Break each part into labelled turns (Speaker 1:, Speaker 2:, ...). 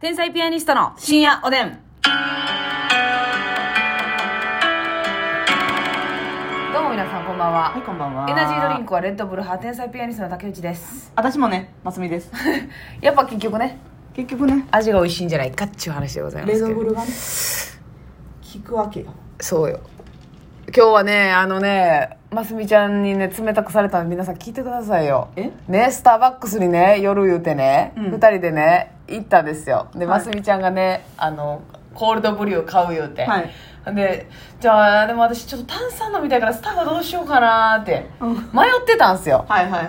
Speaker 1: 天才ピアニストの深夜おでん。どうも皆さんこんばんは。
Speaker 2: はい、こんばんは。
Speaker 1: エナジードリンクはレッドブル派天才ピアニストの竹内です。
Speaker 2: 私もね、ますみ です。
Speaker 1: やっぱ結局ね、
Speaker 2: 結局ね、
Speaker 1: 味が美味しいんじゃないかっていう話でございま
Speaker 2: レ
Speaker 1: す
Speaker 2: ド
Speaker 1: け
Speaker 2: ブ
Speaker 1: ど。
Speaker 2: ルがね、効くわけよ。
Speaker 1: そうよ。今日はね、あのね、ますみちゃんにね、冷たくされたので皆さん聞いてくださいよ。
Speaker 2: え
Speaker 1: ね、スターバックスにね、夜言うてね、
Speaker 2: うん
Speaker 1: 二、人でね、行ったんですよ。で、
Speaker 2: はい
Speaker 1: ますみちゃんがね、あの、コールドブリュー買う言うて。
Speaker 2: はい
Speaker 1: で、じゃあ、でも私ちょっと炭酸飲みたいからスタバどうしようかなーって、
Speaker 2: うん
Speaker 1: 迷ってたんすよ。
Speaker 2: はいはいは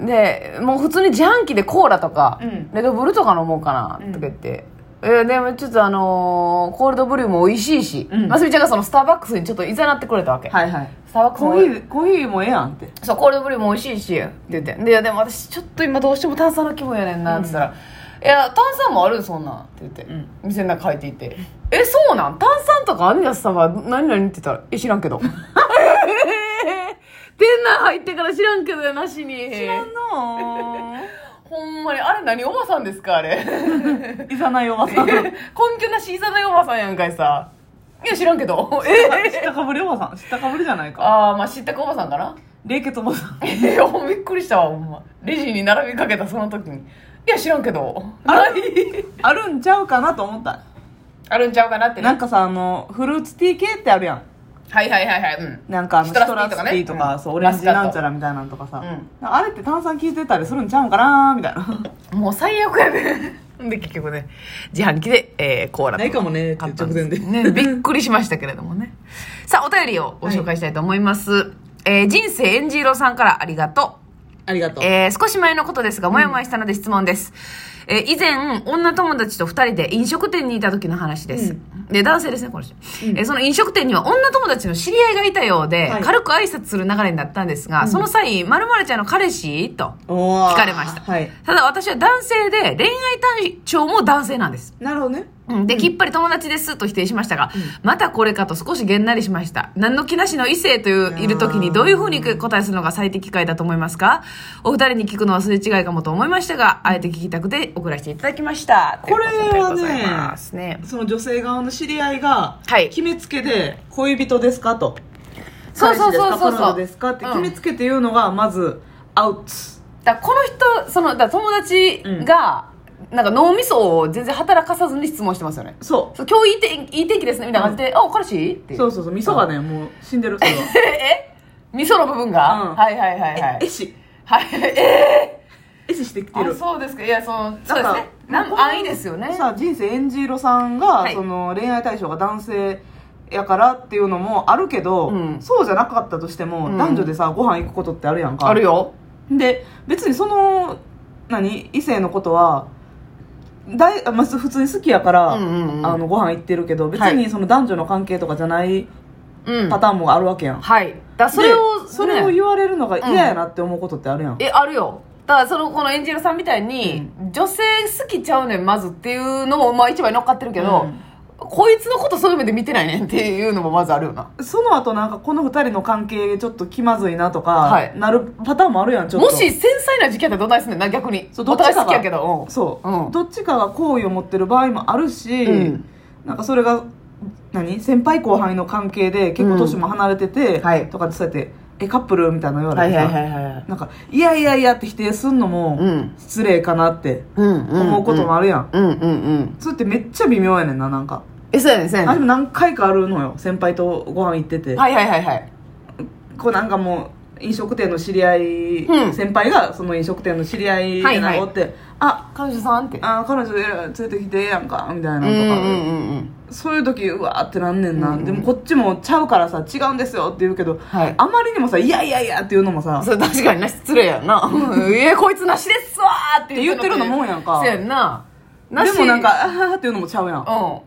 Speaker 2: い。
Speaker 1: で、もう普通に自販機でコーラとか、
Speaker 2: うん
Speaker 1: レドブルとか飲もうかな、とか言って。えーでもちょっとあのーコールドブリューも美味しいし、
Speaker 2: うん
Speaker 1: ますみちゃんがそのスターバックスにちょっといざなってくれたわけ。
Speaker 2: はいはい。
Speaker 1: スターバックス
Speaker 2: コ
Speaker 1: も
Speaker 2: ーヒー、コーヒーもええやんって。
Speaker 1: そう、コールドブリューも美味しいし、って言って。で、いやでも私ちょっと今どうしても炭酸の気分やねんな、って言ったら、いや、炭酸もあるそんなん、って言って。
Speaker 2: ん
Speaker 1: 店の中入っていって。え、そうなん炭酸とかあんねやスタバ、何々って言ったら、え、知らんけ ど。えー 店内入ってから知らんけどやなしに。
Speaker 2: 知らんの
Speaker 1: ほんまに、あれ何おばさんですかあれ。
Speaker 2: ー。いざないおばさん。
Speaker 1: 根拠なしいざないおばさんやんかいさ。いや、知らんけど。え
Speaker 2: 知ったかぶりおばさん。知ったかぶりじゃないか。
Speaker 1: ああ、まあ知ったかおばさんかな
Speaker 2: 冷血おばさん。
Speaker 1: いや、びっくりしたわ、ほんま。レジに並びかけたその時に。いや、知らんけど。ない。
Speaker 2: あるんちゃうかなと思った。
Speaker 1: あるんちゃうかなってね
Speaker 2: なんかさ、あの、フルーツティー系ってあるやん。
Speaker 1: はいはいはいはい。うん。
Speaker 2: なんかあの、
Speaker 1: シ
Speaker 2: シ
Speaker 1: ト
Speaker 2: ト
Speaker 1: ラ
Speaker 2: ラ
Speaker 1: スティーと
Speaker 2: ス
Speaker 1: か
Speaker 2: テ
Speaker 1: ね
Speaker 2: ィーと
Speaker 1: う
Speaker 2: か、
Speaker 1: ん
Speaker 2: そう、オレンジなん
Speaker 1: マス
Speaker 2: ち
Speaker 1: カ
Speaker 2: ゃらみたいなんとかさ
Speaker 1: うん。
Speaker 2: あれって炭酸効いてたりするんちゃうんかなーみたいな。
Speaker 1: もう最悪やね。で、 結局ね、自販機で、えー、コーラと
Speaker 2: ないかもね
Speaker 1: 買ったん
Speaker 2: 直前
Speaker 1: ね、びっくりしましたけれどもね。さあ、お便りをご紹介したいと思います。えー人生エンジーロさんからありがとう。
Speaker 2: ありがと
Speaker 1: えー少し前のことですが、もやもやしたので質問です。えー以前、女友達と二人で飲食店にいた時の話です。で、男性ですね、この人、えーその飲食店には女友達の知り合いがいたようで、
Speaker 2: はい
Speaker 1: 軽く挨拶する流れになったんですが、その際、〇〇ちゃんの彼氏と
Speaker 2: おー
Speaker 1: 聞かれました。
Speaker 2: はい。
Speaker 1: ただ私は男性で、恋愛対象も男性なんです。
Speaker 2: なるほどね。
Speaker 1: うんで、きっぱり友達ですと否定しましたが、またこれかと少しげんなりしました。何の気なしの異性という、いる時にどういうふうに答えするのが最適解だと思いますかお二人に聞くのはすれ違いかもと思いましたが、あえて聞きたくて送らせていただきました。
Speaker 2: これはね
Speaker 1: ということでございますね。
Speaker 2: その女性側の知り合いが、
Speaker 1: はい
Speaker 2: 決めつけで恋人ですかと
Speaker 1: そうそうそうそうそう
Speaker 2: 彼氏ですか彼女ですかって
Speaker 1: うん
Speaker 2: 決めつけて言うのがまずアウト
Speaker 1: だからこの人、その、だから友達が、なんか脳みそを全然働かさずに質問してますよね。
Speaker 2: そ
Speaker 1: そう今日いい天いい天気ですね、みたいな感じで、あ、彼氏って
Speaker 2: う
Speaker 1: いう。
Speaker 2: そうそうそう味噌がねもう死んでるそれは
Speaker 1: え味噌の部分が、
Speaker 2: うん
Speaker 1: はいはいはいはい。
Speaker 2: えし
Speaker 1: はい、え
Speaker 2: えししてきて
Speaker 1: ー、あ
Speaker 2: る
Speaker 1: そうですかいやそのそう
Speaker 2: な
Speaker 1: です
Speaker 2: んか
Speaker 1: ねなん
Speaker 2: この
Speaker 1: 安易ですよね
Speaker 2: さ人生エンジーロさんが、
Speaker 1: はい
Speaker 2: その恋愛対象が男性やからっていうのもあるけど、
Speaker 1: うん
Speaker 2: そうじゃなかったとしても、
Speaker 1: うん
Speaker 2: 男女でさご飯行くことってあるやんか
Speaker 1: あるよ
Speaker 2: で別にその何異性のことはだいあまず普通に好きやから、
Speaker 1: うんうんうん
Speaker 2: あのご飯行ってるけど別
Speaker 1: はい
Speaker 2: にその男女の関係とかじゃない
Speaker 1: うん
Speaker 2: パターンもあるわけやん、
Speaker 1: はいだそれを、
Speaker 2: でそれを
Speaker 1: ね
Speaker 2: 言われるのが嫌やなって思うことってあるやん、
Speaker 1: えあるよだからそのこのエンジェルさんみたいに、女性好きちゃうねんまずっていうのもまあ一番乗っかってるけど、
Speaker 2: うん
Speaker 1: こいつのことそういう目で見てないねんっていうのもまずあるよな
Speaker 2: その後なんかこの二人の関係ちょっと気まずいなとか、
Speaker 1: はい
Speaker 2: なるパターンもあるやんちょっと
Speaker 1: もし繊細な時期やったらどないすんねんな逆に
Speaker 2: そうど
Speaker 1: お
Speaker 2: っちか
Speaker 1: 互い
Speaker 2: が
Speaker 1: 好きやけどうん
Speaker 2: そう、
Speaker 1: うん
Speaker 2: どっちかが好意を持ってる場合もあるし、
Speaker 1: うん
Speaker 2: なんかそれが何先輩後輩の関係で結構年も離れてて、
Speaker 1: んはい
Speaker 2: とかでそうやって「えカップル?」みたいなの言われてさ、
Speaker 1: いはい
Speaker 2: なんか「いやいやいや」って否定すんのも
Speaker 1: うん
Speaker 2: 失礼かなって
Speaker 1: うんうん
Speaker 2: 思うこともあるやん、
Speaker 1: うんうんうん
Speaker 2: それってめっちゃ微妙やねんななんか
Speaker 1: えそうやねんそうや
Speaker 2: あ
Speaker 1: ね
Speaker 2: で
Speaker 1: ん
Speaker 2: も何回かあるのよ先輩とご飯行ってて、
Speaker 1: はいはいはいはい
Speaker 2: こうなんかもう飲食店の知り合い、
Speaker 1: うん
Speaker 2: 先輩がその飲食店の知り合いみたいなのがおって、あ
Speaker 1: 彼女さんって
Speaker 2: あ彼女連れてきてええやんかみたいなの
Speaker 1: う
Speaker 2: とか、
Speaker 1: んうん
Speaker 2: そういう時うわーってなんねんな、
Speaker 1: うんうん
Speaker 2: でもこっちもちゃうからさ違うんですよって言うけど、
Speaker 1: はい
Speaker 2: あまりにもさ「いやいやいや」っていうのもさ
Speaker 1: それ確かにな失礼やんな「え こいつなしですわ!」って
Speaker 2: って言ってるのもんやんか
Speaker 1: そうやんななし
Speaker 2: でもなんか「あはは」っていうのもちゃうやん
Speaker 1: うんその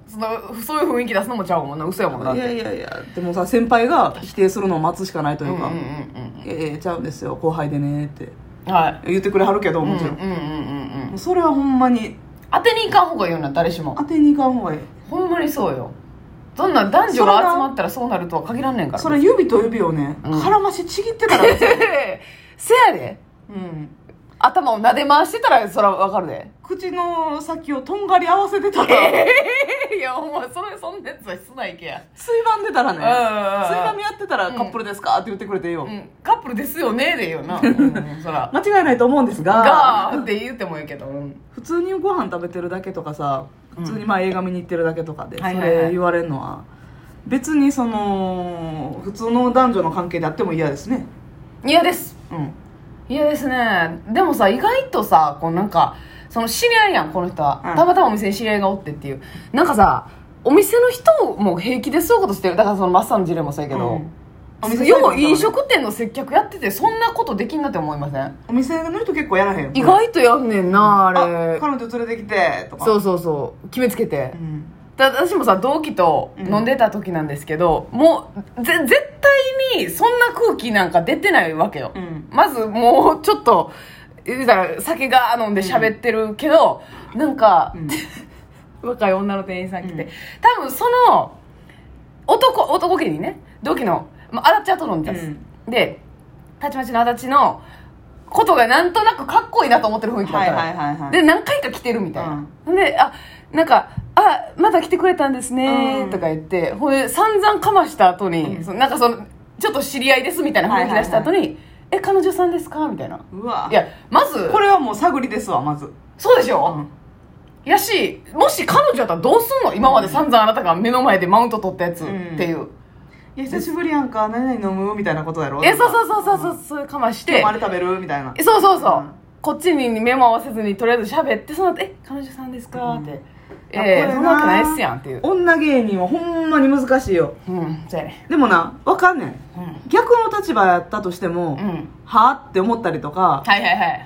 Speaker 1: そういう雰囲気出すのもちゃうもんな嘘やもんなっ
Speaker 2: い
Speaker 1: て
Speaker 2: やいやいやでもさ先輩が否定するのを待つしかないと
Speaker 1: う
Speaker 2: い
Speaker 1: んう
Speaker 2: うんか「
Speaker 1: うん
Speaker 2: いやいやちゃうんですよ後輩でね」って
Speaker 1: うんはい
Speaker 2: 言ってくれはるけどもちろん、
Speaker 1: うんうんうんうんう
Speaker 2: も
Speaker 1: ん
Speaker 2: うそれはほんまに
Speaker 1: 当てに行かん方がいいよな誰しも
Speaker 2: 当てに行かん方がいい
Speaker 1: ほんまにそうよそんなん男女が集まったらそうなるとは限らんねんから
Speaker 2: それ指と指をね、
Speaker 1: うん
Speaker 2: 絡ましてちぎってたら
Speaker 1: せやで
Speaker 2: うん
Speaker 1: 頭を撫で回してたらそらわかる で
Speaker 2: 口の先をとんがり合わせてたら、
Speaker 1: いやお前それそんなやつは室内けや
Speaker 2: 水盤でたらね、
Speaker 1: うんうんうん
Speaker 2: 水盤やってたらカップルですか、って言ってくれていいよ、
Speaker 1: うんカップルですよねで言う な、うん、そら
Speaker 2: 間違いないと思うんですが
Speaker 1: ガーって言ってもいいけど、うん
Speaker 2: 普通にご飯食べてるだけとかさ普通にまあ映画見に行ってるだけとかでそ
Speaker 1: はいはいはい
Speaker 2: れ言われるのは別にその普通の男女の関係であっても嫌ですね
Speaker 1: 嫌です
Speaker 2: うん
Speaker 1: 嫌ですねでもさ意外とさこうなんかその知り合いやんこの人は、
Speaker 2: うん
Speaker 1: たまたまお店に知り合いがおってっていうなんかさお店の人も平気でそういうことしてるだからそのマッサーの事例もそうやけど、
Speaker 2: うんお店
Speaker 1: よう飲食店の接客やっててそんなことできんなって思いません
Speaker 2: お店の人結構やらへん
Speaker 1: 意外とやんねんなあ
Speaker 2: あ
Speaker 1: れ
Speaker 2: 彼女連れてきてとか、
Speaker 1: そううそうそう決めつけて
Speaker 2: ん、
Speaker 1: だ私もさ同期と飲んでた時なんですけど、もうぜ絶対にそんな空気なんか出てないわけよ、
Speaker 2: うん
Speaker 1: まずもうちょっと言うたら酒が飲んで喋ってるけど、なんか、
Speaker 2: うん
Speaker 1: 若い女の店員さん来て、
Speaker 2: うん
Speaker 1: 多分その男男気にね同期の、まあ、足立はと飲んでたんです、でたちまちの足立のことがなんとなくかっこいいなと思ってる雰囲気だっ
Speaker 2: はい
Speaker 1: たの、
Speaker 2: はいはいはい
Speaker 1: で何回か来てるみたいな、であなんか「あまた来てくれたんですね
Speaker 2: う」ん
Speaker 1: とか言って、ほんで散々かました後に、
Speaker 2: うん
Speaker 1: そのなんかそのちょっと知り合いですみたいな雰囲気出した後に「え彼女さんですか?」みたいな
Speaker 2: うわ
Speaker 1: いやまず
Speaker 2: これはもう探りですわまず
Speaker 1: そうでしょ、
Speaker 2: うん
Speaker 1: やしもし彼女やったらどうすんの今まで散々あなたが目の前でマウント取ったやつっ
Speaker 2: うん
Speaker 1: ていう、
Speaker 2: いや久しぶりやんか何々飲むみたいなことやろ
Speaker 1: えそうそうそうそうそうそういうかまして
Speaker 2: 今日あれ食べるみたいな
Speaker 1: えそうそうそう、
Speaker 2: うん
Speaker 1: こっちに目も合わせずにとりあえず喋ってその後え彼女さんですか?」って「
Speaker 2: うんや
Speaker 1: え
Speaker 2: こ
Speaker 1: え
Speaker 2: れ
Speaker 1: そんなわけないっすやん」っていう
Speaker 2: 女芸人はほんまに難しいよ
Speaker 1: うんそうやね
Speaker 2: でもなわかんねん
Speaker 1: うん
Speaker 2: 逆の立場やったとして
Speaker 1: う
Speaker 2: も、
Speaker 1: ん
Speaker 2: はあって思ったりとか
Speaker 1: はいはいはい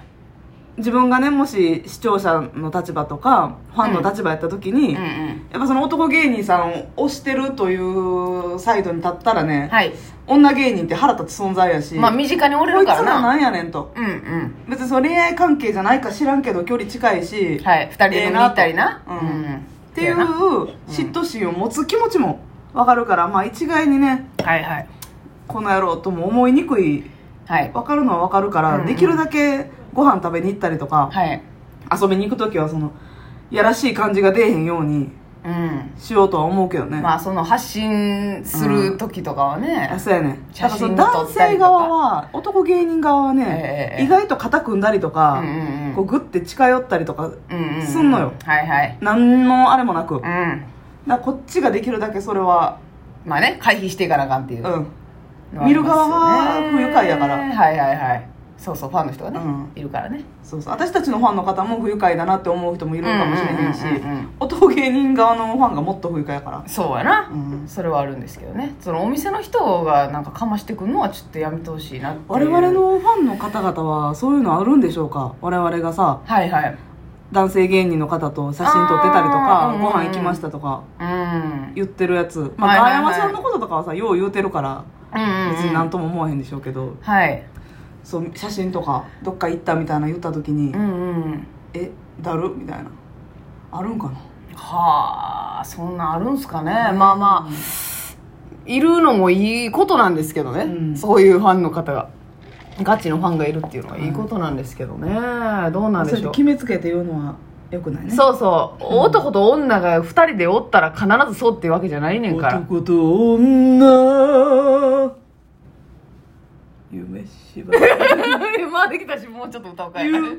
Speaker 2: 自分がねもし視聴者の立場とかファンの立場やった時に、
Speaker 1: うん
Speaker 2: やっ
Speaker 1: うん
Speaker 2: ぱその男芸人さんを推してるというサイドに立ったらね、
Speaker 1: はい
Speaker 2: 女芸人って腹立つ存在やし、
Speaker 1: まあ身近におれ
Speaker 2: こ
Speaker 1: る
Speaker 2: いつ
Speaker 1: から
Speaker 2: らな
Speaker 1: なん
Speaker 2: やねんと
Speaker 1: うんうん
Speaker 2: 別にその恋愛関係じゃないか知らんけど距離近いし、
Speaker 1: はい二人で飲みに行ったりな
Speaker 2: ええ
Speaker 1: う
Speaker 2: なとうん
Speaker 1: ん
Speaker 2: っていう
Speaker 1: そやな
Speaker 2: 嫉妬心を持つ気持ちもわかるから、まあ一概にね
Speaker 1: はいはい
Speaker 2: この野郎とも思いにくい
Speaker 1: はい
Speaker 2: 分かるのは分かるから、
Speaker 1: うんうん
Speaker 2: できるだけご飯食べに行ったりとか、
Speaker 1: はい
Speaker 2: 遊びに行く時はそのやらしい感じが出えへんように
Speaker 1: うん
Speaker 2: しようとは思うけどね、
Speaker 1: まあその発信する時とかは
Speaker 2: あ、
Speaker 1: ね
Speaker 2: そうやね
Speaker 1: 写
Speaker 2: だからそ
Speaker 1: 真撮
Speaker 2: の男
Speaker 1: ったり
Speaker 2: 性
Speaker 1: とか
Speaker 2: 側は男芸人側は
Speaker 1: え、
Speaker 2: ね
Speaker 1: えええ
Speaker 2: 意外と肩組んだり
Speaker 1: う
Speaker 2: と
Speaker 1: ん
Speaker 2: か、
Speaker 1: うんうん
Speaker 2: こうグッて近寄ったりとか、
Speaker 1: うんうん
Speaker 2: すんのよ
Speaker 1: はいはい
Speaker 2: 何のあれもなく、
Speaker 1: う
Speaker 2: だか
Speaker 1: ん
Speaker 2: らこっちができるだけそれは
Speaker 1: まあね回避していかなあかんっていう
Speaker 2: うん見る側は不愉快やから
Speaker 1: はいはいはいそうそうファンの人がね、
Speaker 2: うん
Speaker 1: いるからね
Speaker 2: そうそう私たちのファンの方も不愉快だなって思う人もいるかもしれへんし
Speaker 1: うんうんうんうんうん
Speaker 2: 男芸人側のファンがもっと不愉快やから
Speaker 1: そうやな、
Speaker 2: うん
Speaker 1: それはあるんですけどねそのお店の人がなんかかましてくるのはちょっとやめてほしいなっていう
Speaker 2: 我々のファンの方々はそういうのあるんでしょうか我々がさ
Speaker 1: はいはい
Speaker 2: 男性芸人の方と写真撮ってたりとか、
Speaker 1: あー
Speaker 2: ご飯行きましたとか
Speaker 1: うん
Speaker 2: 言ってるやつ、まあ、
Speaker 1: はいはいは
Speaker 2: ガヤ
Speaker 1: い
Speaker 2: マさんのこととかはさよう言うてるから
Speaker 1: うん
Speaker 2: 別になんとも思わへんでしょうけど、
Speaker 1: はい
Speaker 2: そう写真とかどっか行ったみたいな言った時に「
Speaker 1: うんうん
Speaker 2: えだる?」みたいなあるんかな
Speaker 1: はあそんなんあるんすかね、まあまあいるのもいいことなんですけどね、
Speaker 2: うん
Speaker 1: そういうファンの方がガチのファンがいるっていうのはいいことなんですけどね、どうなん
Speaker 2: そ
Speaker 1: で
Speaker 2: れ
Speaker 1: し
Speaker 2: で
Speaker 1: ょう
Speaker 2: 決めつけて言うのはよくないね
Speaker 1: そうそう、男と女が2人でおったら必ずそうっていうわけじゃないねんから
Speaker 2: 男と女夢芝居
Speaker 1: まあできたしもうちょっと歌おうかい
Speaker 2: 夢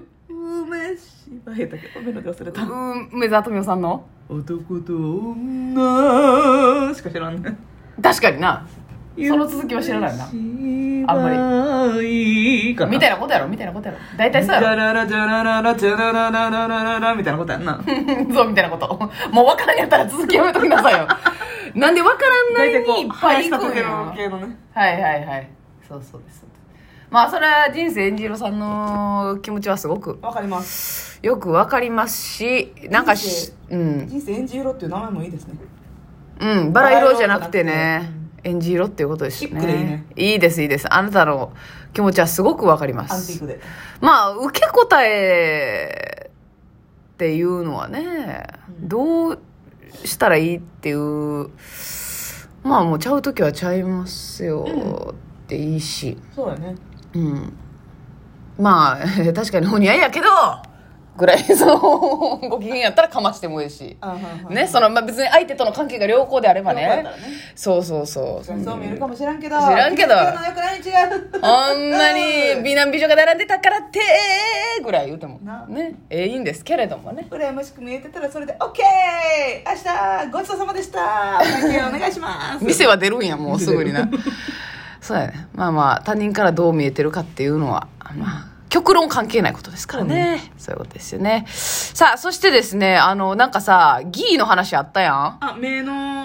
Speaker 2: 芝居だけどメロディ忘れた
Speaker 1: うん梅沢富美男さんの
Speaker 2: 男と女しか知らんね
Speaker 1: 確かになその続きは知らないなあ
Speaker 2: あんまりかな
Speaker 1: みたいなことやろみたいなことやろ大体
Speaker 2: じ
Speaker 1: そう
Speaker 2: ゃ
Speaker 1: やろ
Speaker 2: ららじゃらららじゃらららららららみたいなことやんな
Speaker 1: そうみたいなこともう分からんやったら続きやめときなさいよなんで分からんな
Speaker 2: 大
Speaker 1: り
Speaker 2: 体こ
Speaker 1: にいうっぱい
Speaker 2: 話し
Speaker 1: 行
Speaker 2: た
Speaker 1: くん
Speaker 2: 時
Speaker 1: や
Speaker 2: の
Speaker 1: は
Speaker 2: 系のね
Speaker 1: いはいはいそうそうですまあそれは人生演じろさんの気持ちはすごく
Speaker 2: わかります
Speaker 1: よく分かりますしなんかしうん
Speaker 2: 人生演じろっていう名前もいいですね
Speaker 1: うん、バラ色じゃなくてね、演じ色っていうことです
Speaker 2: シ
Speaker 1: ね。
Speaker 2: ックでいいね
Speaker 1: いいです、いいです。あなたの気持ちはすごくわかりま
Speaker 2: アンティー
Speaker 1: す。
Speaker 2: クで
Speaker 1: まあ、受け答えっていうのはね、どうしたらいいっていう、まあもうちゃうときはちゃいますよっていいし、
Speaker 2: そうだね
Speaker 1: うん。まあ、 えー確かにお似合いやけど、ぐらい、その、ご機嫌やったらかましてもいいし。
Speaker 2: あはいはい
Speaker 1: ね、その、まあ、別に相手との関係が良好であれば
Speaker 2: 良好や
Speaker 1: ね
Speaker 2: ったらね。
Speaker 1: そうそうそう。
Speaker 2: そうそう見えるかもしらんけど
Speaker 1: 知らんけど
Speaker 2: 気付けないくらいに違う
Speaker 1: あんなに美男美女が並んでたからってぐらい言うても
Speaker 2: な
Speaker 1: ねええいいんですけれどもね
Speaker 2: 羨ましく見えてたらそれで OK 明日ごちそうさまでしたお会計お願いします
Speaker 1: 店は出るんやもうすぐに なそうやねまあまあ他人からどう見えてるかっていうのはまあ極論関係ないことですからね、そういうことですよねさあそしてですねあのなんかさギーの話あったやん
Speaker 2: あ目のはい
Speaker 1: はい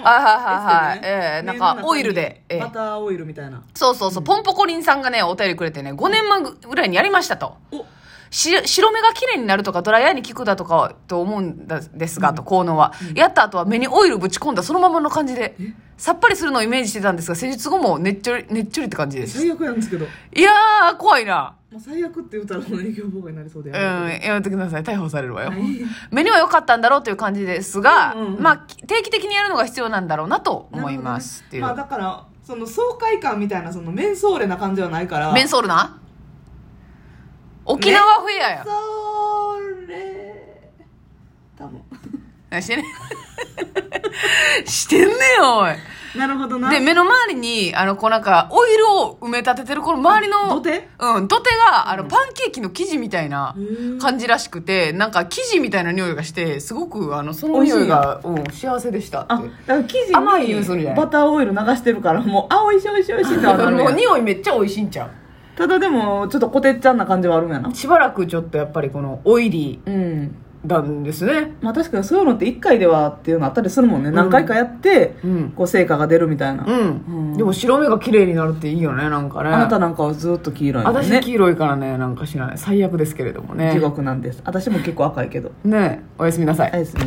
Speaker 1: はいはいええなんかオイルでええ
Speaker 2: バターオイルみたいな
Speaker 1: そうそうそう、ポンポコリンさんがねお便りくれてね5年前ぐらいにやりましたと
Speaker 2: お
Speaker 1: し白目が綺麗になるとかドライアイに効くだとかと思うんですが、と効能は、やった後は目にオイルぶち込んだそのままの感じでさっぱりするのをイメージしてたんですが施術後もねっちょりねっちょりって感じです
Speaker 2: 最悪なんですけど
Speaker 1: いやー怖いな
Speaker 2: もう最悪って言うたらもう営業妨害になりそうで
Speaker 1: うん
Speaker 2: やめて
Speaker 1: やめてください逮捕されるわよ、
Speaker 2: はい
Speaker 1: 目には良かったんだろうという感じですが、
Speaker 2: うんうんうん
Speaker 1: まあき定期的にやるのが必要なんだろうなと思います、っていう、
Speaker 2: まあだからその爽快感みたいなそのメンソーレな感じはないから
Speaker 1: メンソールな沖縄フェアや、
Speaker 2: ソーレ多分
Speaker 1: 何 してんねんしてんねんおい
Speaker 2: なるほどな
Speaker 1: で、目の周りに、あの、こうなんか、オイルを埋め立ててる、この周りの、
Speaker 2: 土手
Speaker 1: うん、土手が、あの、パンケーキの生地みたいな
Speaker 2: ー
Speaker 1: 感じらしくて、なんか、生地みたいな匂いがして、すごく、あの、その
Speaker 2: 美味しい
Speaker 1: 匂いが、うん、幸せでしたって。
Speaker 2: あだから生
Speaker 1: 甘いよそ
Speaker 2: 地
Speaker 1: れ
Speaker 2: にバターオイル流してるからもうあおいしいおいしいおいしいってなる
Speaker 1: も
Speaker 2: や
Speaker 1: うん匂いめっちゃ美味しいんちゃう
Speaker 2: ただでもちょっとこてっちゃんな感じはあるんやな
Speaker 1: しばらくちょっとやっぱりこのオイリ
Speaker 2: うん
Speaker 1: ーなんですね。
Speaker 2: まあ確かにそういうのって1回ではっていうのあったりするもんね、何回かやって、
Speaker 1: うん
Speaker 2: こう成果が出るみたいな、
Speaker 1: うん。
Speaker 2: うん
Speaker 1: でも白目が綺麗になるっていいよね、なんかね。
Speaker 2: あなたなんかはずっと黄色いもんね
Speaker 1: 私黄色いからね、なんか知らない。最悪ですけれどもね
Speaker 2: 地。獄なんです私も結構赤いけど
Speaker 1: ねおやすみなさい
Speaker 2: ア。イス